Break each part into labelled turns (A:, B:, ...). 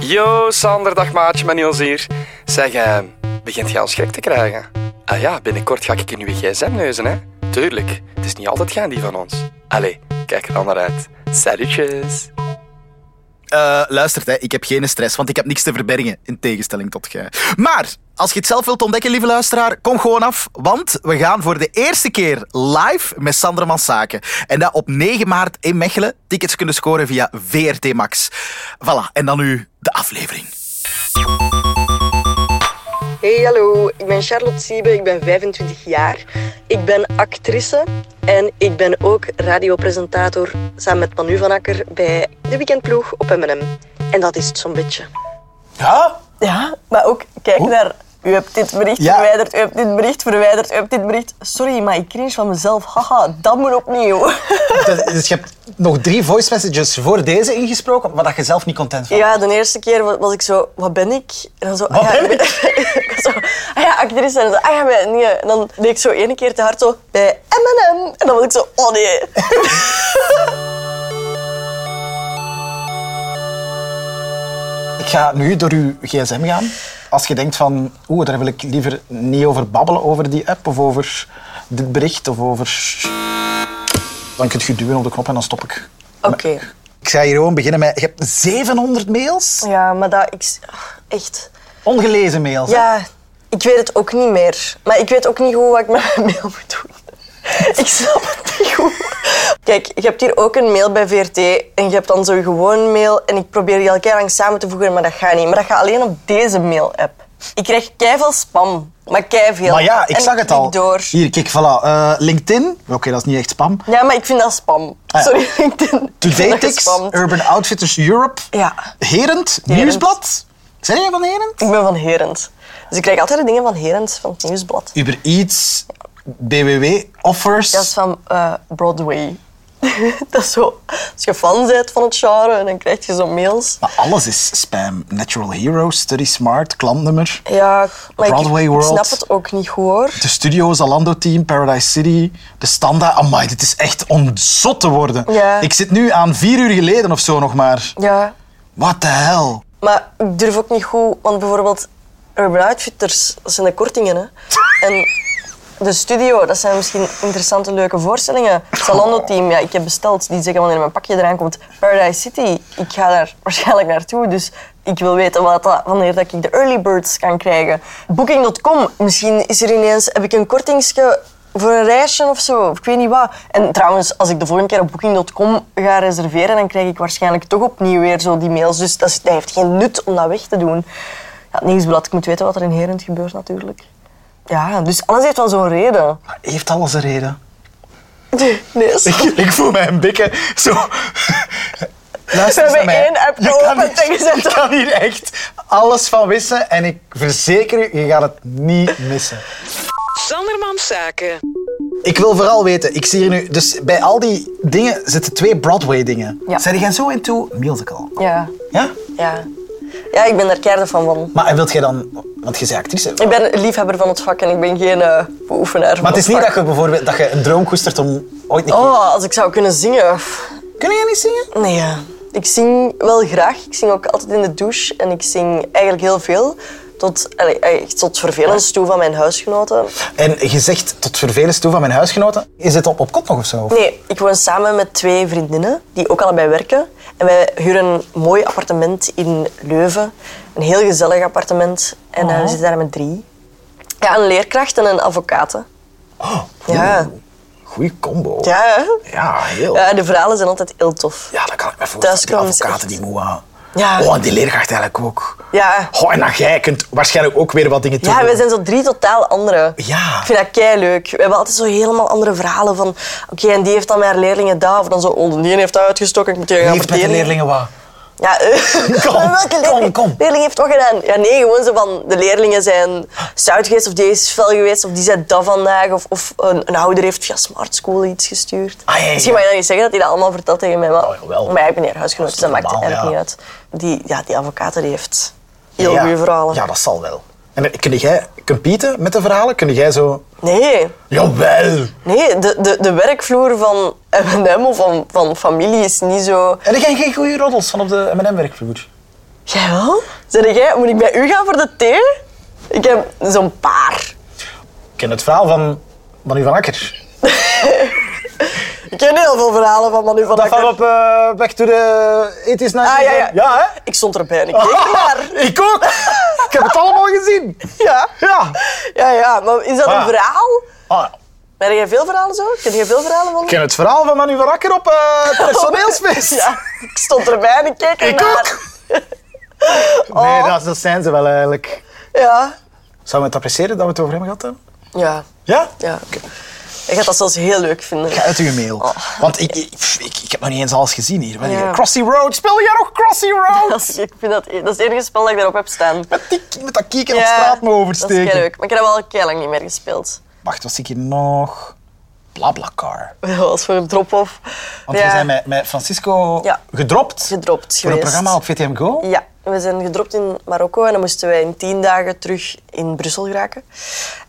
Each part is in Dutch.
A: Yo, Sander, dag maatje, mijn Niels hier. Zeg, eh, begint jij als gek te krijgen? Ah ja, binnenkort ga ik in uw gsm neuzen, hè? Tuurlijk, het is niet altijd gaan die van ons. Allee, kijk er dan naar uit. Salutjes.
B: Eh, luistert, hè, ik heb geen stress, want ik heb niks te verbergen, in tegenstelling tot jij. Maar, als je het zelf wilt ontdekken, lieve luisteraar, kom gewoon af, want we gaan voor de eerste keer live met Sander Mansaken. En dat op 9 maart in Mechelen. Tickets kunnen scoren via VRT Max. Voilà, en dan nu de aflevering.
C: Hey, hallo. Ik ben Charlotte Siebe, ik ben 25 jaar. Ik ben actrice en ik ben ook radiopresentator samen met Manu van Akker bij de weekendploeg op M&M. En dat is het zo'n beetje.
B: Ja?
C: Ja, maar ook kijk naar... U hebt dit bericht
B: Ja.
C: verwijderd, u hebt dit bericht verwijderd, u hebt dit bericht... Sorry, maar ik cringe van mezelf. Haha, dat moet opnieuw.
D: Dus, dus je hebt nog drie voice messages voor deze ingesproken, maar dat je zelf niet content van
C: Ja, de eerste keer wa- was ik zo, wat ben ik? En dan zo,
D: Wat
C: ah ja,
D: ben
C: ik? was zo, ah ja, actrice. En dan, ah ja, maar nee. En dan deed ik zo ene keer te hard zo, bij M&M. En dan was ik zo, oh nee.
D: Ik ga nu door uw gsm gaan. Als je denkt van, oeh, daar wil ik liever niet over babbelen, over die app of over dit bericht of over... Dan kun je duwen op de knop en dan stop ik.
C: Oké.
D: Ik ga hier gewoon beginnen met, je hebt 700 mails?
C: Ja, maar dat, ik, s- ah, echt.
D: Ongelezen mails. hè?
C: Ja, ik weet het ook niet meer. Maar ik weet ook niet hoe ik met mijn mail moet doen. Ik snap het niet goed. Kijk, je hebt hier ook een mail bij VRT en je hebt dan zo je gewoon mail en ik probeer die elke lang samen te voegen, maar dat gaat niet. Maar dat gaat alleen op deze mail-app. Ik krijg keiveel spam, maar keiveel.
D: Maar ja, ik
C: En
D: zag het al.
C: klik door.
D: Hier, kijk, voilà. eh, LinkedIn. Oké, dat is niet echt spam.
C: Ja, maar ik vind dat spam.
D: Ah, ja.
C: Sorry, LinkedIn. Ik vind
D: Today
C: dat
D: Tix,
C: gespamd.
D: Urban Outfitters Europe.
C: Ja.
D: Herend, Nieuwsblad. Zijn jij van Herend?
C: Ik ben van Herend. Dus ik krijg altijd de dingen van Herend, van het nieuwsblad.
D: Uber Eats, BWW, Offers.
C: Dat is van eh, Broadway. dat is zo, als je fan bent van het genre, dan krijg je zo mails.
D: Maar alles is spam. Natural Hero, Study Smart, klantnummer.
C: Ja, maar ik,
D: Broadway
C: ik
D: World.
C: snap het ook niet goed hoor.
D: De studio, Zalando Team, Paradise City, de standaard. Amai, dit is echt om zot te worden.
C: Ja.
D: Ik zit nu aan vier uur geleden of zo nog maar.
C: Ja,
D: What the hell?
C: maar ik durf ook niet goed, want bijvoorbeeld Urban Outfitters, dat zijn de kortingen hè. En de studio, dat zijn misschien interessante leuke voorstellingen. Zalando Team, ja, ik heb besteld, die zeggen wanneer mijn pakje eraan komt. Paradise City, ik ga daar waarschijnlijk naartoe, dus ik wil weten wat dat- wanneer dat ik de early birds kan krijgen. Booking.com, misschien is er ineens, heb ik een kortingsje voor een reisje of zo, of ik weet niet wat. En trouwens, als ik de volgende keer op booking.com ga reserveren, dan krijg ik waarschijnlijk toch opnieuw weer zo die mails. Dus dat, is- dat heeft geen nut om dat weg te doen. Ja, het nieuwsblad, ik moet weten wat er in Herend gebeurt natuurlijk. Ja, dus alles heeft wel zo'n reden.
D: Maar heeft alles een reden?
C: Nee, sorry.
D: Ik voel mij een bikke zo.
C: We
D: Luister eens naar
C: hebben
D: mij.
C: één app
D: Je kan
C: geopend en
D: hier-
C: gezet.
D: Je kan hier echt alles van wissen en ik verzeker u, je gaat het niet missen.
E: Sandermans Zaken.
D: Ik wil vooral weten, ik zie hier nu, dus bij al die dingen zitten twee Broadway-dingen.
C: Ja.
D: Zijn jij zo into musical?
C: Ja,
D: Ja?
C: ja. Ja, ik ben daar keihard van van.
D: Maar en wilt jij dan, want je bent actrice.
C: Ik ben een liefhebber van het vak en ik ben geen eh, beoefenaar van
D: Maar het is niet
C: vak.
D: dat je bijvoorbeeld dat je een droom koestert om ooit een keer...
C: Oh, als ik zou kunnen zingen. pff.
D: Kun jij niet zingen?
C: Nee, ja. ik zing wel graag. Ik zing ook altijd in de douche en ik zing eigenlijk heel veel. Tot, allee, echt tot vervelens toe van mijn huisgenoten.
D: En je zegt tot vervelens toe van mijn huisgenoten, is het op, op kot nog of zo?
C: Nee, ik woon samen met twee vriendinnen die ook allebei werken. En wij huren een mooi appartement in Leuven. Een heel gezellig appartement. En
D: Oh.
C: eh, we zitten daar met drie. Ja, een leerkracht en een advocaat. hè. Ja,
D: Goeie combo.
C: ja. hè.
D: Ja, heel.
C: ja, de verhalen zijn altijd heel tof.
D: Ja, dat kan ik me voorstellen. Die
C: Thuiskomen is
D: advocaten
C: echt-
D: die moe aan.
C: Ja.
D: Oh, en die leerkracht eigenlijk ook.
C: Ja.
D: Oh, en dan jij kunt waarschijnlijk ook weer wat dingen doen.
C: Ja, wij zijn zo drie totaal andere.
D: Ja.
C: Ik vind dat kei leuk. We hebben altijd zo helemaal andere verhalen van. Oké, en die heeft dan met haar leerlingen daar. Of dan zo, oh, die ene heeft dat uitgestoken. Ik moet tegen gaan
D: Heeft met de
C: verdedigen.
D: leerlingen wat?
C: Ja, eh.
D: Kom,
C: Maar welke leerling,
D: kom, kom.
C: leerling heeft wat gedaan? Ja, nee, gewoon zo van de leerlingen zijn stout geweest of die is fel geweest of die zei dat vandaag. Of, of een, een ouder heeft via Smart School iets gestuurd.
D: Ah, ja, ja,
C: Misschien
D: ja.
C: mag je dat niet zeggen dat hij dat allemaal vertelt tegen mij. Maar,
D: Oh, jawel.
C: maar ja, ik ben hier huisgenoot,
D: Dat
C: dus
D: is
C: dat maakt
D: normaal,
C: eigenlijk
D: ja.
C: niet uit. Die, ja, die advocaat die heeft heel
D: Ja.
C: goede verhalen.
D: Ja, dat zal wel. En eh, kun jij competen met de verhalen? Kun jij zo...
C: Nee,
D: Jawel!
C: Nee, de, de, de werkvloer van M&M of van, van familie is niet zo...
D: En er zijn geen goede roddels van op de M&M-werkvloer.
C: Jij wel? Zeg jij, moet ik bij u gaan voor de thee? Ik heb zo'n paar.
D: Ik ken het verhaal van Manu van Akker.
C: Ik ken heel veel verhalen van Manu van
D: Dat van
C: Akker.
D: op eh, weg door de It is Night.
C: Ah, ja, ja.
D: ja hè?
C: Ik stond erbij en ik keek ernaar.
D: Ik ook. ik heb het allemaal gezien.
C: Ja.
D: Ja.
C: ja, ja, maar is dat
D: Ah.
C: een verhaal?
D: Ah, ja.
C: Ben jij veel verhalen zo? Ken jij veel verhalen van
D: Ik ken het verhaal van Manu van Akker op eh, het personeelsfeest.
C: Ja, ik stond erbij en ik keek ernaar. Oh,
D: Nee, dat, dat zijn ze wel eigenlijk.
C: Ja.
D: Zou we het appreciëren dat we het over hem gehad hebben?
C: Ja,
D: Ja?
C: ja. Ik gaat dat zelfs heel leuk vinden.
D: Uit uw mail. Want ik, ik, ik, ik heb nog niet eens alles gezien hier. Wat is
C: Oh. Ja.
D: hier? Crossy Road, speel jij nog Crossy Road?
C: Dat is, ik vind dat, dat is het enige spel dat ik daarop heb staan.
D: Met, die, met dat kieken op straat me
C: Dat is
D: oversteken.
C: leuk. Maar ik heb dat wel heel lang niet meer gespeeld.
D: Wacht, wat zie ik hier nog? Blablacar.
C: Dat was voor een drop-off.
D: Want
C: Ja,
D: we zijn met, met Francisco
C: Ja.
D: gedropt.
C: gedropt
D: Voor een
C: geweest.
D: programma op VTM Go.
C: Ja, we zijn gedropt in Marokko en dan moesten wij in tien dagen terug in Brussel geraken.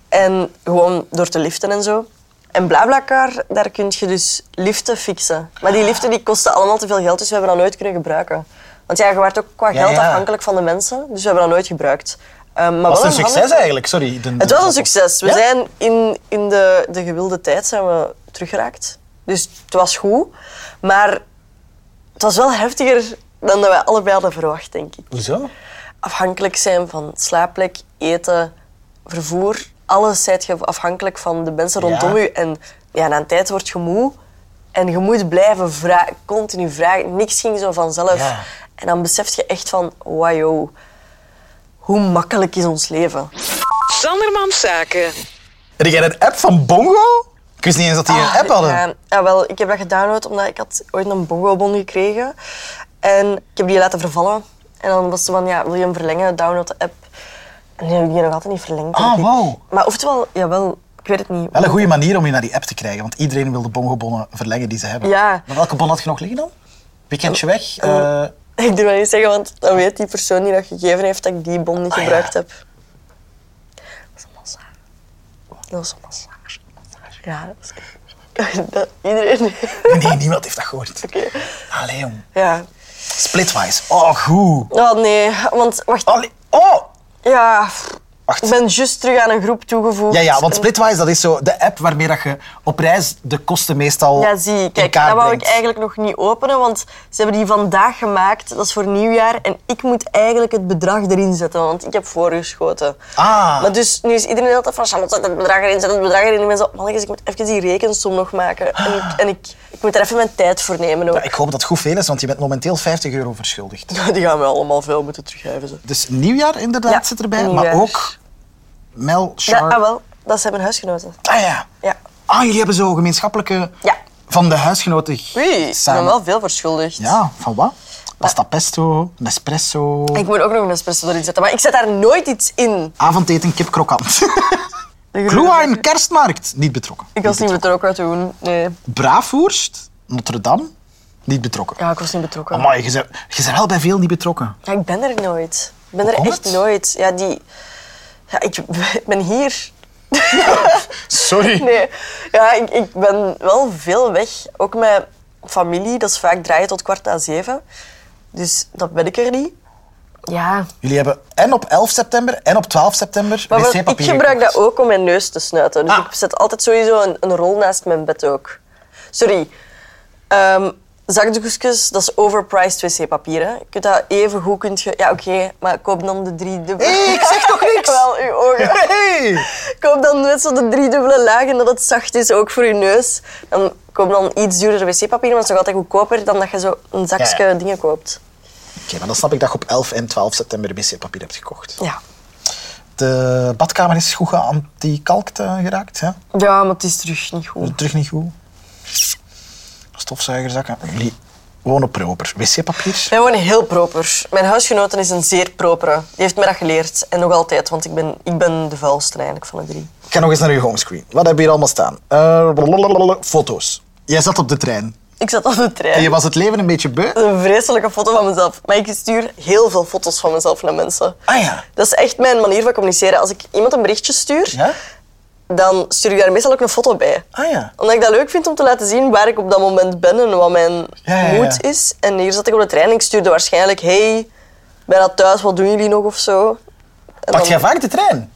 C: En gewoon door te liften en zo. En BlaBlaCar, daar kun je dus liften fixen. Maar die liften die kosten allemaal te veel geld, dus we hebben dat nooit kunnen gebruiken. Want ja, je werd ook qua
D: Ja,
C: geld
D: ja.
C: afhankelijk van de mensen, dus we hebben dat nooit gebruikt. Ehm, maar
D: Was
C: wel
D: het een
C: handig-
D: succes eigenlijk? Sorry. de-
C: Het
D: de-
C: was een succes. We
D: Ja?
C: zijn in, in de, de gewilde tijd zijn we teruggeraakt. Dus het was goed. Maar het was wel heftiger dan dat wij allebei hadden verwacht, denk ik
D: Hoezo?
C: afhankelijk zijn van slaapplek, eten, vervoer. Alles zijt je afhankelijk van de mensen
D: Ja.
C: rondom je. En ja, na een tijd word je moe. En je moet blijven vragen, continu vragen. Niks ging zo vanzelf.
D: Ja.
C: En dan besef je echt van, wow, yo, hoe makkelijk is ons leven?
E: Sandermans Zaken.
D: Heb jij een app van Bongo? Ik wist niet eens dat die een app hadden.
C: Ah, Ja, ja, wel, ik heb dat gedownload omdat ik had ooit een bongo-bon gekregen. En ik heb die laten vervallen. En dan was ze van, ja, wil je hem verlengen? Download de app. En die heb ik die nog altijd niet verlengd.
D: Ah,
C: denk ik.
D: wauw.
C: Maar oftewel, jawel, ik weet het niet.
D: Wel een goede manier om je naar die app te krijgen, want iedereen wil de bongobonnen verleggen die ze hebben.
C: Ja.
D: Maar welke bon had je nog liggen dan? Weekendje weg? eh,
C: Ik doe dat niet zeggen, want dan weet die persoon die dat gegeven heeft dat ik die bon niet
D: Ah, ja.
C: gebruikt heb. Dat is een massage. Dat is een massage. Ja, dat is... Dat, iedereen...
D: nee, niemand heeft dat gehoord.
C: Oké.
D: Allee, jong.
C: Ja.
D: Splitwise. Oh, goed.
C: Oh nee, want wacht.
D: Allee. Oh!
C: Ja, pff,
D: Wacht.
C: ik ben juist terug aan een groep toegevoegd.
D: Ja, ja, want
C: En-
D: Splitwise dat is zo de app waarmee dat je op reis de kosten meestal
C: Ja, zie.
D: in
C: Kijk,
D: kaart
C: dat wou ik
D: brengt.
C: eigenlijk nog niet openen, want ze hebben die vandaag gemaakt. Dat is voor nieuwjaar. En ik moet eigenlijk het bedrag erin zetten, want ik heb voorgeschoten.
D: Ah.
C: Maar dus nu is iedereen altijd van, Charlotte, zet het bedrag erin, zet het bedrag erin. En ik ben zo, mannetjes, ik moet even die rekensom nog maken. En, ik, en ik, ik moet er even mijn tijd voor nemen ook.
D: Ja, ik hoop dat het goed veel is, want je bent momenteel 50 euro verschuldigd.
C: Die gaan we allemaal veel moeten teruggeven. Zo.
D: Dus nieuwjaar inderdaad
C: Ja,
D: zit erbij, maar
C: nieuwjaar.
D: ook Mel,
C: Ja,
D: Sharp.
C: ah, wel. Dat zijn mijn huisgenoten.
D: Ah ja.
C: Ja.
D: Ah, jullie hebben zo gemeenschappelijke...
C: Ja.
D: Van de huisgenoten
C: Oei, ik ben
D: samen.
C: wel veel verschuldigd.
D: Ja, van wat? Pasta pesto, Nespresso,
C: Ik moet ook nog een espresso erin zetten, maar ik zet daar nooit iets in.
D: avondeten, kip krokant. Kloeijn, kerstmarkt, niet betrokken.
C: Ik was niet betrokken toen. Nee.
D: Braafwoerst, Notre Dame, niet betrokken.
C: Ja, ik was niet betrokken.
D: Amai, je bent, je bent wel bij veel niet betrokken.
C: Ja, ik ben er nooit. Ik ben er
D: komt
C: echt
D: het?
C: nooit. Ja, die... Ja, ik ben hier.
D: Sorry.
C: Nee. Ja, ik, ik ben wel veel weg. Ook met familie. Dat is vaak draaien tot kwart na zeven. Dus dat ben ik er niet. Ja.
D: Jullie hebben en op 11 september en op 12 september
C: Maar wat- ik
D: wc-papier
C: gebruik
D: gekocht.
C: dat ook om mijn neus te snuiten. Dus
D: Ah.
C: ik zet altijd sowieso een, een rol naast mijn bed ook. Sorry. Ehm zakdoekjes, dat is overpriced wc-papier. hè. Je kunt dat even goed... Kunt je, ja, oké, maar koop dan de drie dubbele...
D: Hé, ik zeg toch niks?
C: Wel, uw ogen.
D: Hey!
C: Koop dan net zo de driedubbele laag en dat het zacht is, ook voor je neus. Dan koop dan iets duurder wc-papier, want het is nog altijd goedkoper dan dat je zo een zakje
D: Ja, ja.
C: dingen koopt.
D: Oké, maar dan snap ik dat je op 11 en 12 september wc-papier hebt gekocht.
C: Ja.
D: De badkamer is goed geantikalkt eh, geraakt. Hè?
C: Ja, maar het is terug niet goed.
D: Terug niet goed. Stofzuigerzakken. Jullie wonen proper. Wc-papier.
C: Wij wonen heel proper. Mijn huisgenoten is een zeer propere. Die heeft mij dat geleerd. En nog altijd, want ik ben, ik ben de vuilste eigenlijk van de drie.
D: Ik ga nog eens naar uw homescreen. Wat hebben we hier allemaal staan? Eh, blablabla, foto's. Jij zat op de trein.
C: Ik zat op de trein.
D: En je was het leven een beetje beu.
C: Dat is een vreselijke foto van mezelf. Maar ik stuur heel veel foto's van mezelf naar mensen.
D: Ah ja.
C: Dat is echt mijn manier van communiceren. Als ik iemand een berichtje stuur,
D: Ja?
C: dan stuur ik daar meestal ook een foto bij.
D: Ah ja.
C: Omdat ik dat leuk vind om te laten zien waar ik op dat moment ben en wat mijn
D: Ja, ja, ja.
C: moed is. En hier zat ik op de trein en ik stuurde waarschijnlijk... Hey, bijna thuis, wat doen jullie nog of zo? En
D: Pak
C: dan-
D: jij vaak de trein?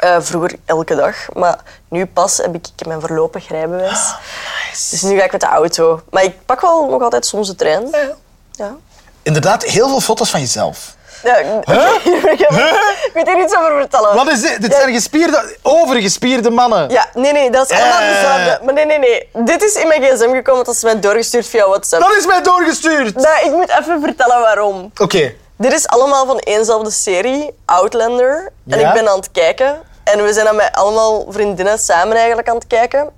C: Eh, vroeger elke dag, maar nu pas heb ik, ik heb mijn voorlopig rijbewijs. Dus nu ga ik met de auto. Maar ik pak wel nog altijd soms de trein. Ja. Ja.
D: Inderdaad, heel veel foto's van jezelf.
C: ik- ik, heb- ik weet hier niets over vertellen.
D: Wat is dit? Dit
C: Ja.
D: zijn gespierde, overgespierde mannen.
C: Ja, nee, nee, dat is allemaal
D: Eh.
C: dezelfde. Maar nee, nee, nee. Dit is in mijn gsm gekomen, want dat is mij doorgestuurd via WhatsApp.
D: Dat is mij doorgestuurd.
C: Nou, ik moet even vertellen waarom.
D: Oké.
C: Dit is allemaal van éénzelfde serie, Outlander. En
D: Ja?
C: ik ben aan het kijken. En we zijn dan met allemaal vriendinnen samen eigenlijk aan het kijken.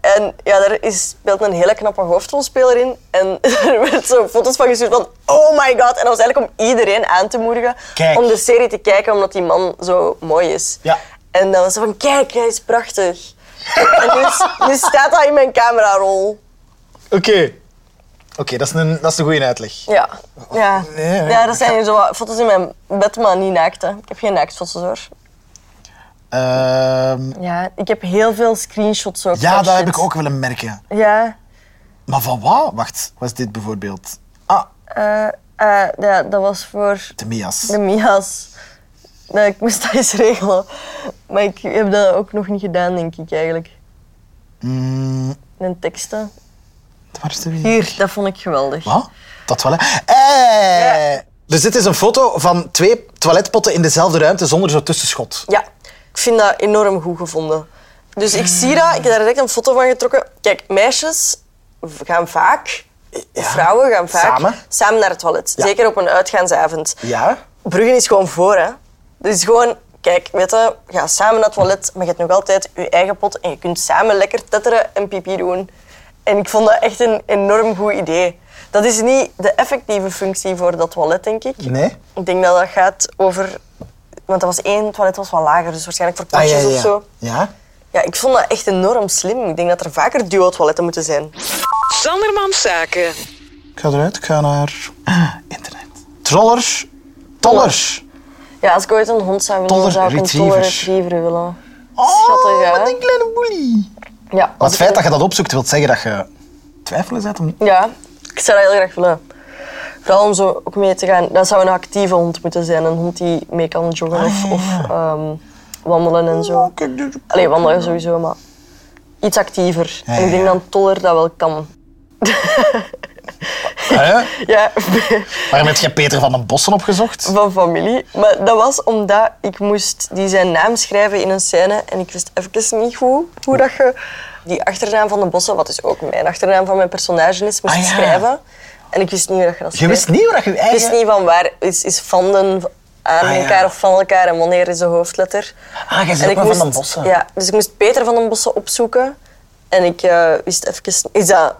C: En ja, daar is, speelt een hele knappe hoofdrolspeler in. En er werd zo foto's van gestuurd van... Oh my god! En dat was eigenlijk om iedereen aan te moedigen
D: Kijk.
C: om de serie te kijken, omdat die man zo mooi is.
D: Ja.
C: En dan was ze van... Kijk, hij is prachtig. en nu, s- nu staat dat in mijn camerarol.
D: Oké. Oké, dat is een, dat is een goede uitleg.
C: Ja. Ja.
D: Nee, hè?
C: ja, dat zijn hier zo wat foto's in mijn bed, maar niet naakt. Hè. Ik heb geen naaktfoto's hoor.
D: Ehm,
C: Ja, ik heb heel veel screenshots ook.
D: ja,
C: van
D: dat heb
C: shit.
D: ik ook willen merken.
C: Ja,
D: Maar van wat? Wacht, wat is dit bijvoorbeeld? Ah,
C: eh, eh, ja, dat was voor
D: de Mias.
C: de Mia's. Nee, ik moest dat eens regelen. Maar ik heb dat ook nog niet gedaan, denk ik eigenlijk.
D: Mm,
C: En teksten.
D: waar is de Mias?
C: Hier, dat vond ik geweldig.
D: Wat? Dat wel, hè? Eh, Dus dit is een foto van twee toiletpotten in dezelfde ruimte zonder zo'n tussenschot.
C: Ja, ik vind dat enorm goed gevonden. Dus ik zie dat, ik heb daar direct een foto van getrokken. Kijk, meisjes v- gaan vaak, of vrouwen gaan vaak,
D: Samen.
C: naar het toilet.
D: Ja.
C: Zeker op een uitgaansavond.
D: Ja?
C: Bruggen is gewoon voor, hè. Dus gewoon, kijk, weet je, ga samen naar het toilet, maar je hebt nog altijd je eigen pot en je kunt samen lekker tetteren en pipi doen. En ik vond dat echt een enorm goed idee. Dat is niet de effectieve functie voor dat toilet, denk ik.
D: Nee?
C: Ik denk dat dat gaat over... Want dat was één toilet, was wat lager, dus waarschijnlijk voor
D: Ah, ja,
C: platjes
D: ja,
C: of
D: ja.
C: zo.
D: Ja?
C: Ja, ik vond dat echt enorm slim. Ik denk dat er vaker duo-toiletten moeten zijn.
E: Sanderman Zaken.
D: Ik ga eruit, ik ga naar... Ah, internet. Trollers. Tollers.
C: Ja, als ik ooit een hond zou willen,
D: Toller
C: zou ik een toller
D: retrievers.
C: retriever willen.
D: Oh,
C: Schattig, hè?
D: wat een kleine boelie.
C: Ja,
D: Maar
C: als
D: het
C: ik-
D: feit dat je dat opzoekt, wil zeggen dat je twijfelen zet om...
C: Ja, ik zou dat heel graag willen. Vooral om zo ook mee te gaan. Dat zou een actieve hond moeten zijn. Een hond die mee kan joggen
D: Ah,
C: of, of ehm, wandelen en zo.
D: Oh, kijk, dit-
C: Allee, wandelen sowieso, maar iets actiever.
D: Ja,
C: en ik denk
D: ja.
C: dat een toller dat wel kan.
D: Hè?
C: Ja,
D: Waarom heb jij Peter van den Bossen opgezocht?
C: van familie. Maar dat was omdat ik moest die zijn naam schrijven in een scène en ik wist even niet hoe, hoe dat je die achternaam van de bossen, wat dus ook mijn achternaam van mijn personage is, moest
D: Ah, ja.
C: schrijven. En ik wist niet hoe dat je dat
D: Je
C: schreef.
D: wist niet waar je
C: Ik
D: eigen...
C: wist niet van waar is, is vanden aan
D: Ah, ja.
C: elkaar of van elkaar en wanneer is de hoofdletter.
D: Ah, jij
C: En
D: zit ook
C: ik
D: maar van
C: moest-
D: den Bossen.
C: Ja, dus ik moest Peter van den Bossen opzoeken. En ik eh, wist even... Is dat...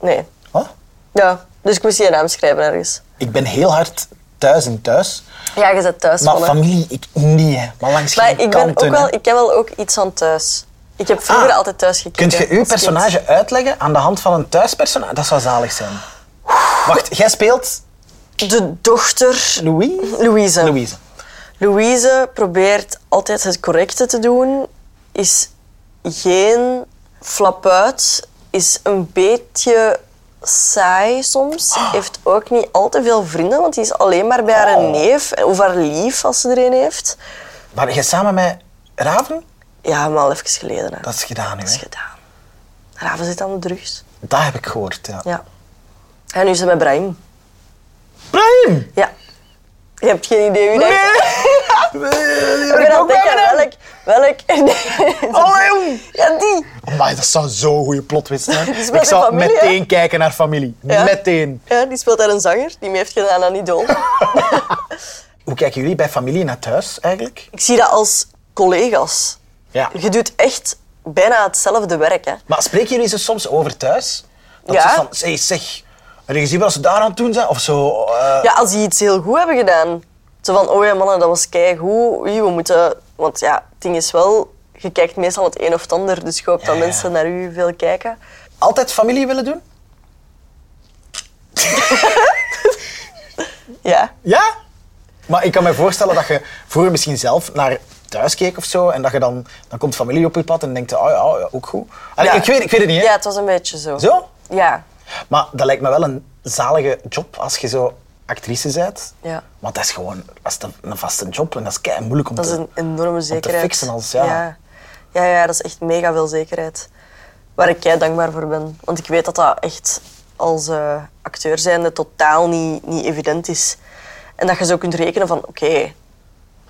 C: Nee.
D: Wat?
C: Ja, dus ik moest je naam schrijven ergens.
D: Ik ben heel hard thuis en thuis.
C: Ja, je zit thuis
D: Maar
C: van, hè.
D: familie, ik niet, hè. Maar langs
C: Maar
D: geen
C: ik, ben
D: kanten,
C: ook wel,
D: hè.
C: ik heb wel ook iets aan thuis. Ik heb vroeger
D: Ah.
C: altijd thuis gekeken.
D: Kunt je uw
C: als kind.
D: personage uitleggen aan de hand van een thuispersonage? Dat zou zalig zijn. Wacht, jij speelt
C: De dochter...
D: Louise?
C: Louise.
D: Louise.
C: Louise probeert altijd het correcte te doen, is geen flapuit, is een beetje saai soms,
D: Ah.
C: heeft ook niet al te veel vrienden, want die is alleen maar bij
D: Oh.
C: haar neef of haar lief als ze er een heeft.
D: Maar jij samen met Raven?
C: Ja, maar al even geleden. Hè.
D: Dat is gedaan nu,
C: is
D: hè.
C: gedaan. Raven zit aan de drugs.
D: Dat heb ik gehoord, ja.
C: Ja. En nu is ze met Brahim.
D: Prime!
C: Ja. Je hebt geen idee wie dat is.
D: Nee!
C: Ik ben aan het
D: ook bij
C: denken
D: hem.
C: welk... welk... Nee.
D: Allee, jong.
C: Ja, die.
D: Amai, dat zou zo'n goede plotwist
C: speelt
D: zijn.
C: in
D: Ik zou
C: familie, hè?
D: meteen kijken naar familie.
C: Ja.
D: Meteen.
C: Ja, die speelt daar een zanger. Die me heeft gedaan aan Idol.
D: Hoe kijken jullie bij familie naar thuis eigenlijk?
C: ik zie dat als collega's.
D: Ja.
C: Je doet echt bijna hetzelfde werk, hè.
D: Maar spreken jullie ze soms over thuis? Dat
C: Ja.
D: ze van, hey, zeg, heb je gezien wat ze daar aan het doen zijn? Of zo. eh,
C: Ja, als die iets heel goed hebben gedaan. Zo van, oh ja, mannen, dat was keigoed. Oei, we moeten... Want ja, het ding is wel... Je kijkt meestal het een of het ander, dus je hoopt dat
D: ja.
C: mensen naar u veel kijken.
D: Altijd familie willen doen?
C: Ja.
D: Ja. Maar ik kan me voorstellen dat je vroeger misschien zelf naar thuis keek of zo. En dat je dan, dan komt familie op je pad en denkt, je, oh ja, oh ja, ook goed. Allee,
C: Ja.
D: ik, weet, ik weet het niet, hè?
C: Ja, het was een beetje zo.
D: Zo?
C: Ja.
D: Maar dat lijkt me wel een zalige job als je zo actrice bent.
C: Ja.
D: Want dat is gewoon dat is een- een vaste job en dat is kei moeilijk om
C: Dat is
D: te...
C: een enorme zekerheid.
D: fixen als- ja.
C: ja. Ja, ja, dat is echt mega veel zekerheid. Waar ik jij dankbaar voor ben. Want ik weet dat dat echt als eh, acteur zijnde totaal niet, niet evident is. En dat je zo kunt rekenen van, oké,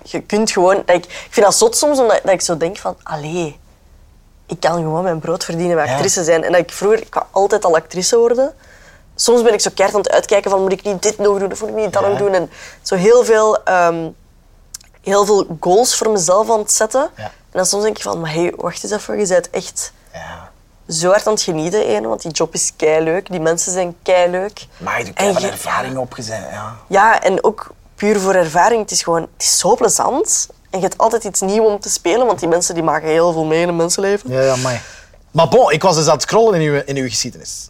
C: je kunt gewoon... Dat ik, ik vind dat zot soms, omdat dat ik zo denk van, allee, ik kan gewoon mijn brood verdienen bij
D: Ja.
C: actrice zijn. En dat ik vroeger, ik wou altijd al actrice worden. Soms ben ik zo keihard aan het uitkijken van, moet ik niet dit nog doen of moet ik niet dat
D: Ja.
C: nog doen? En zo heel veel... ehm, heel veel goals voor mezelf aan het zetten.
D: Ja.
C: En dan soms denk ik van, maar hey, wacht eens even, je bent echt
D: Ja.
C: zo hard aan het genieten, één, want die job is leuk, die mensen zijn leuk.
D: Maar je hebt
C: En
D: er
C: je-
D: ervaring opgezet. Ja.
C: Ja, en ook puur voor ervaring, het is gewoon, het is zo plezant. En je hebt altijd iets nieuws om te spelen, want die mensen die maken heel veel mee in hun mensenleven.
D: Ja, ja, mooi. Maar bon, ik was dus aan het scrollen in uw, in uw geschiedenis.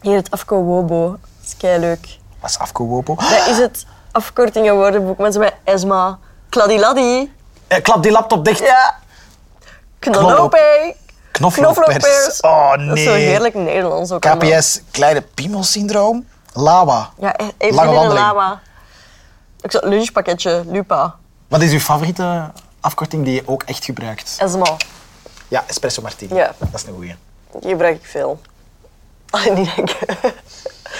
C: Hier het Afko Wobo, dat is leuk.
D: Was Afko Wopo.
C: Dat is het afkortingenwoordenboek, mensen bij ESMA. Kladiladi.
D: Eh, klap die laptop dicht.
C: Ja. Knollope.
D: Knoflookpers.
C: Knoflookpers.
D: Oh
C: Dat is
D: nee.
C: zo heerlijk Nederlands ook allemaal.
D: KPS, kleine piemelsyndroom. Lava.
C: Ja, e- even
D: Lange
C: in een
D: wandeling.
C: lama. Ik zat lunchpakketje, Lupa,
D: Wat is uw favoriete afkorting die je ook echt gebruikt?
C: Esma.
D: Ja, espresso martini.
C: Ja.
D: Dat is een goeie.
C: Die gebruik ik veel. Ah, niet denken.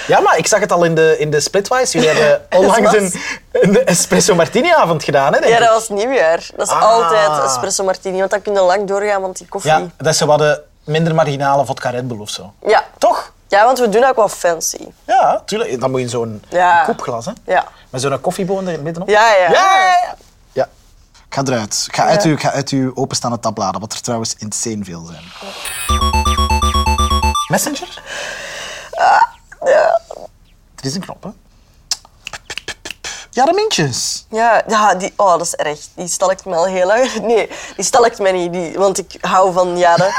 D: Ja, maar ik zag het al in de, in de Splitwise. Jullie hebben onlangs een, een espresso martini avond gedaan, hè, denk
C: Ja,
D: ik.
C: dat was nieuwjaar. Dat is
D: Ah.
C: altijd espresso martini, want dan kun je lang doorgaan, want die koffie...
D: Ja, dat is zo wat de minder marginale vodka Red Bull of zo.
C: Ja.
D: Toch?
C: Ja, want we doen ook wel fancy.
D: Ja, tuurlijk. Dan moet je in zo'n
C: Ja.
D: koepglas, hè.
C: Ja.
D: Met zo'n koffieboon er in het midden op.
C: Ja, ja.
D: ja. Ja. Ik ga eruit. Ik ga, uit uw, ik ga uit uw openstaande tabbladen, wat er trouwens insane veel zijn. Messenger? Ah, Er is een knop, hè. Ja, de mintjes.
C: Ja, ja die, oh, dat is erg. Die stalkt me al heel lang. Nee, die stalkt me niet, die, want ik hou van jaren.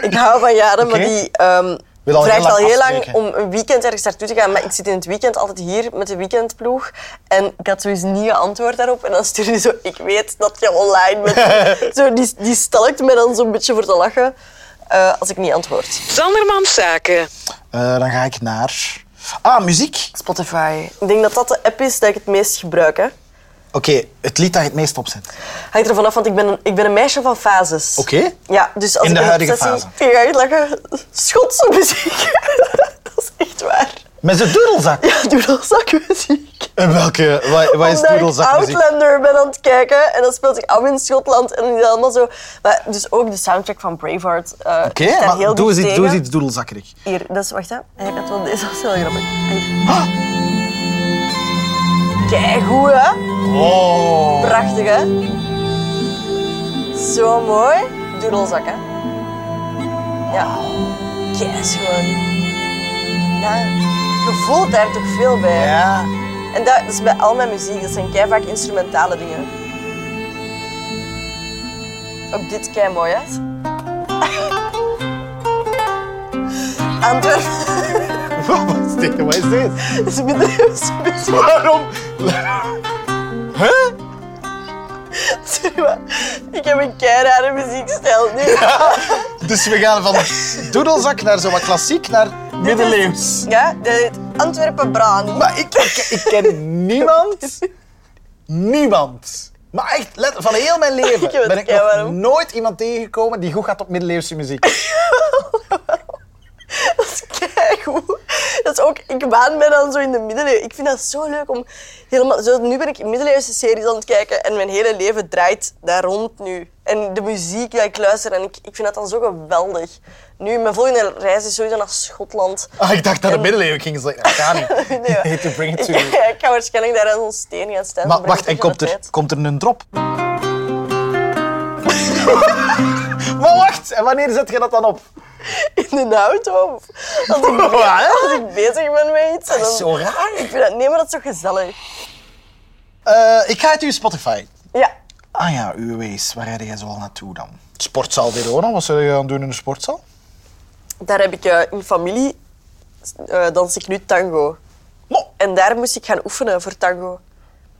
C: ik hou van jaren, maar
D: Oké.
C: die ehm
D: Wil al heel
C: vraagt
D: lang
C: al heel lang
D: afspreken.
C: om een weekend ergens naartoe te gaan. Maar ik zit in het weekend altijd hier met de weekendploeg. En ik had zoiets niet geantwoord daarop. En dan stuurde hij zo, ik weet dat je online bent. zo, die, die stalkt me dan zo'n beetje voor te lachen eh, als ik niet antwoord.
E: Sanderman Zaken.
D: Eh, dan ga ik naar... Ah, muziek.
C: Spotify. Ik denk dat dat de app is dat ik het meest gebruik. Hè.
D: Oké, het lied dat je het meest opzet.
C: Hangt er vanaf, want ik ben, een, ik ben een meisje van fases.
D: Oké.
C: Ja, dus als
D: In
C: ik
D: de
C: een
D: huidige
C: obsessie- Je gaat niet lachen. Schotse muziek. dat is echt waar.
D: Met zijn doedelzak.
C: Ja, doedelzakmuziek.
D: En welke? Wat, wat is
C: Omdat ik
D: doedelzakmuziek?
C: Outlander ben aan het kijken en dat speelt zich af in Schotland en die zijn allemaal zo. Maar dus ook de soundtrack van Braveheart. eh
D: Oké,
C: staat
D: maar
C: heel
D: doe
C: dicht
D: eens, iets-
C: tegen.
D: doe eens iets Ah! doedelzakkerig.
C: Hier, dus wacht hè. Ja, Ik had wel deze was heel grappig. Hier. Kijk hoe hè?
D: Oh.
C: Prachtig hè? Zo mooi. Doedelzak hè? Ja. Kijk gewoon. Ja, je voelt daar toch veel bij.
D: Ja.
C: En dat is bij al mijn muziek, dat zijn kei vaak instrumentale dingen. Ook dit kei mooi, hè? Antwerpen
D: Wat is dit? Wat is dit?
C: is bedrijfsmuziek.
D: Waarom? Huh?
C: Sorry, maar Ik heb een kei rare muziekstijl nu.
D: Dus we gaan van doedelzak naar zo wat klassiek naar middeleeuws.
C: Ja, dat heet Antwerpen Brani.
D: Maar ik, ik, ik ken niemand, niemand, maar echt let- van heel mijn leven
C: Ik weet
D: ben ik
C: kei
D: nog
C: waarom.
D: nooit iemand tegengekomen die goed gaat op middeleeuwse muziek.
C: Dat is keigoed. Dat is ook, ik baan mij dan zo in de middeleeuwen. Ik vind dat zo leuk om helemaal... Zo, nu ben ik middeleeuwse series aan het kijken en mijn hele leven draait daar rond nu. En de muziek die ik luister, en ik, ik vind dat dan zo geweldig. Nu, mijn volgende reis is sowieso naar Schotland.
D: Ah, ik dacht dat de middeleeuwen ging zo. Dat gaat niet.
C: Nee,
D: Hate to bring it to
C: ik,
D: you.
C: ik ga waarschijnlijk daar aan zo'n steen gaan staan.
D: Maar
C: Dan breng
D: wacht, en
C: ik terug
D: komt er,
C: naar de tijd.
D: komt er een drop? maar wacht, en wanneer zet je dat dan op?
C: In de auto? Of, als, ik,
D: Wat?
C: als ik bezig ben met iets. en dan-
D: raar.
C: Ik vind dat... Nee, maar dat is zo gezellig.
D: Eh, ik ga uit uw Spotify.
C: Ja.
D: Ah ja, uw wees. Waar rijd jij zoal naartoe dan? Sportzaal Verona. Wat zou je gaan doen in de sportzaal?
C: Daar heb ik eh, in familie eh dans ik nu tango.
D: Mo,
C: En daar moest ik gaan oefenen voor tango.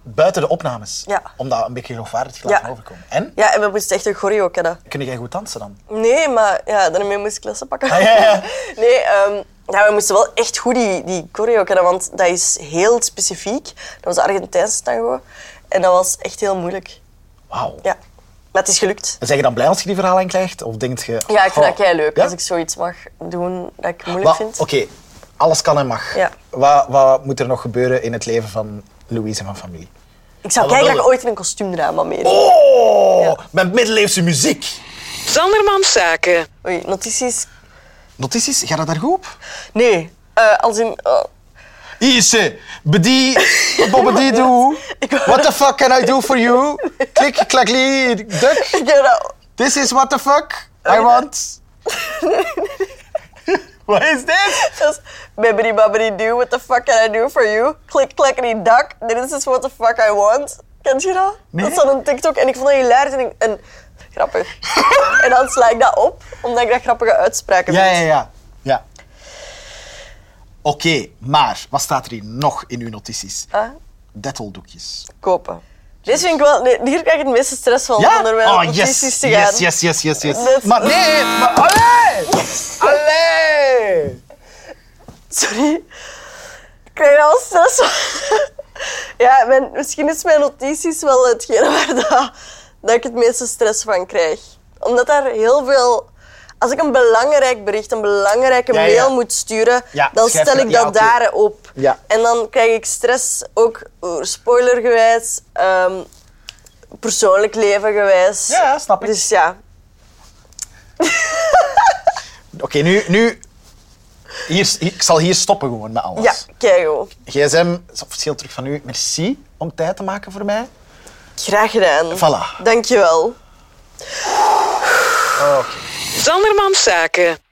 D: Nou, buiten de opnames.
C: Ja.
D: Om dat een beetje geloofwaardig te laten
C: Ja.
D: overkomen. En?
C: Ja, en we moesten echt een choreo kennen.
D: Kun jij goed dansen dan?
C: Nee, maar ja, daarmee moest ik lessen pakken.
D: Ah, ja, ja.
C: Nee, ehm, Ja, we moesten wel echt goed die, die choreo kennen, want dat is heel specifiek. Dat was de Argentijnse tango. En dat was echt heel moeilijk.
D: Wauw.
C: Ja. Maar het is gelukt.
D: En Zijn je dan blij als je die verhaling krijgt? Of denkt je...
C: Ja, ik vind dat
D: "Goh."
C: kei leuk
D: Ja?
C: als ik zoiets mag doen dat ik moeilijk
D: Wat-
C: vind.
D: Oké, alles kan en mag.
C: Ja.
D: Wat, wat moet er nog gebeuren in het leven van Louise en van familie?
C: Ik zou
D: wat
C: kijken dat
D: wil
C: ik
D: je?
C: ooit in een kostuumdrama meedoe.
D: Oh,
C: Ja.
D: met middeleeuwse muziek.
E: Sandermans Zaken.
C: Oei, notities?
D: Notities, gaat dat daar goed op?
C: Nee. Eh, als in... oh.
D: Ise, bedie, bobbedie doe. What the fuck can I do for you? Klik, klaklie, duck.
C: ik heb dat...
D: This is what the fuck I want. Wat is dit?
C: dat is Bibbidi babbidi do, what the fuck can I do for you? Klik klakkity duck, this is dus what the fuck I want. Kent je dat? Dat is dan een TikTok en ik vond dat hilarisch en, ik- en grappig. en dan sla ik dat op, omdat ik dat grappige uitspraken
D: Ja,
C: vind.
D: ja, ja. ja. Oké, maar wat staat er hier nog in uw notities?
C: Ah,
D: Detteldoekjes.
C: kopen. Deze vind ik wel... nee, hier krijg ik het meeste stress van,
D: Ja?
C: om er mijn
D: Oh, yes.
C: notities
D: Yes,
C: te gaan.
D: yes, yes, yes, yes.
C: Dat- Ah!
D: Maar nee, maar allee! Allee!
C: Sorry. Ik krijg er al stress van. ja, mijn, misschien is mijn notities wel hetgene waar dat, dat ik het meeste stress van krijg. Omdat daar heel veel... Als ik een belangrijk bericht, een belangrijke
D: Ja, ja.
C: mail moet sturen,
D: Ja,
C: dan
D: schrijf
C: stel
D: je-
C: ik
D: ja,
C: dat
D: oké.
C: daar op.
D: Ja.
C: En dan krijg ik stress, ook eh, spoilergewijs, ehm, persoonlijk levengewijs.
D: Ja, snap ik.
C: Dus ja,
D: Oké, nu... nu hier, ik zal hier stoppen gewoon met alles.
C: ja keigoed.
D: GSM, is op verschil terug van u. Merci om tijd te maken voor mij.
C: Graag gedaan.
D: Voilà.
C: Dankjewel.
E: Sandermans Zaken.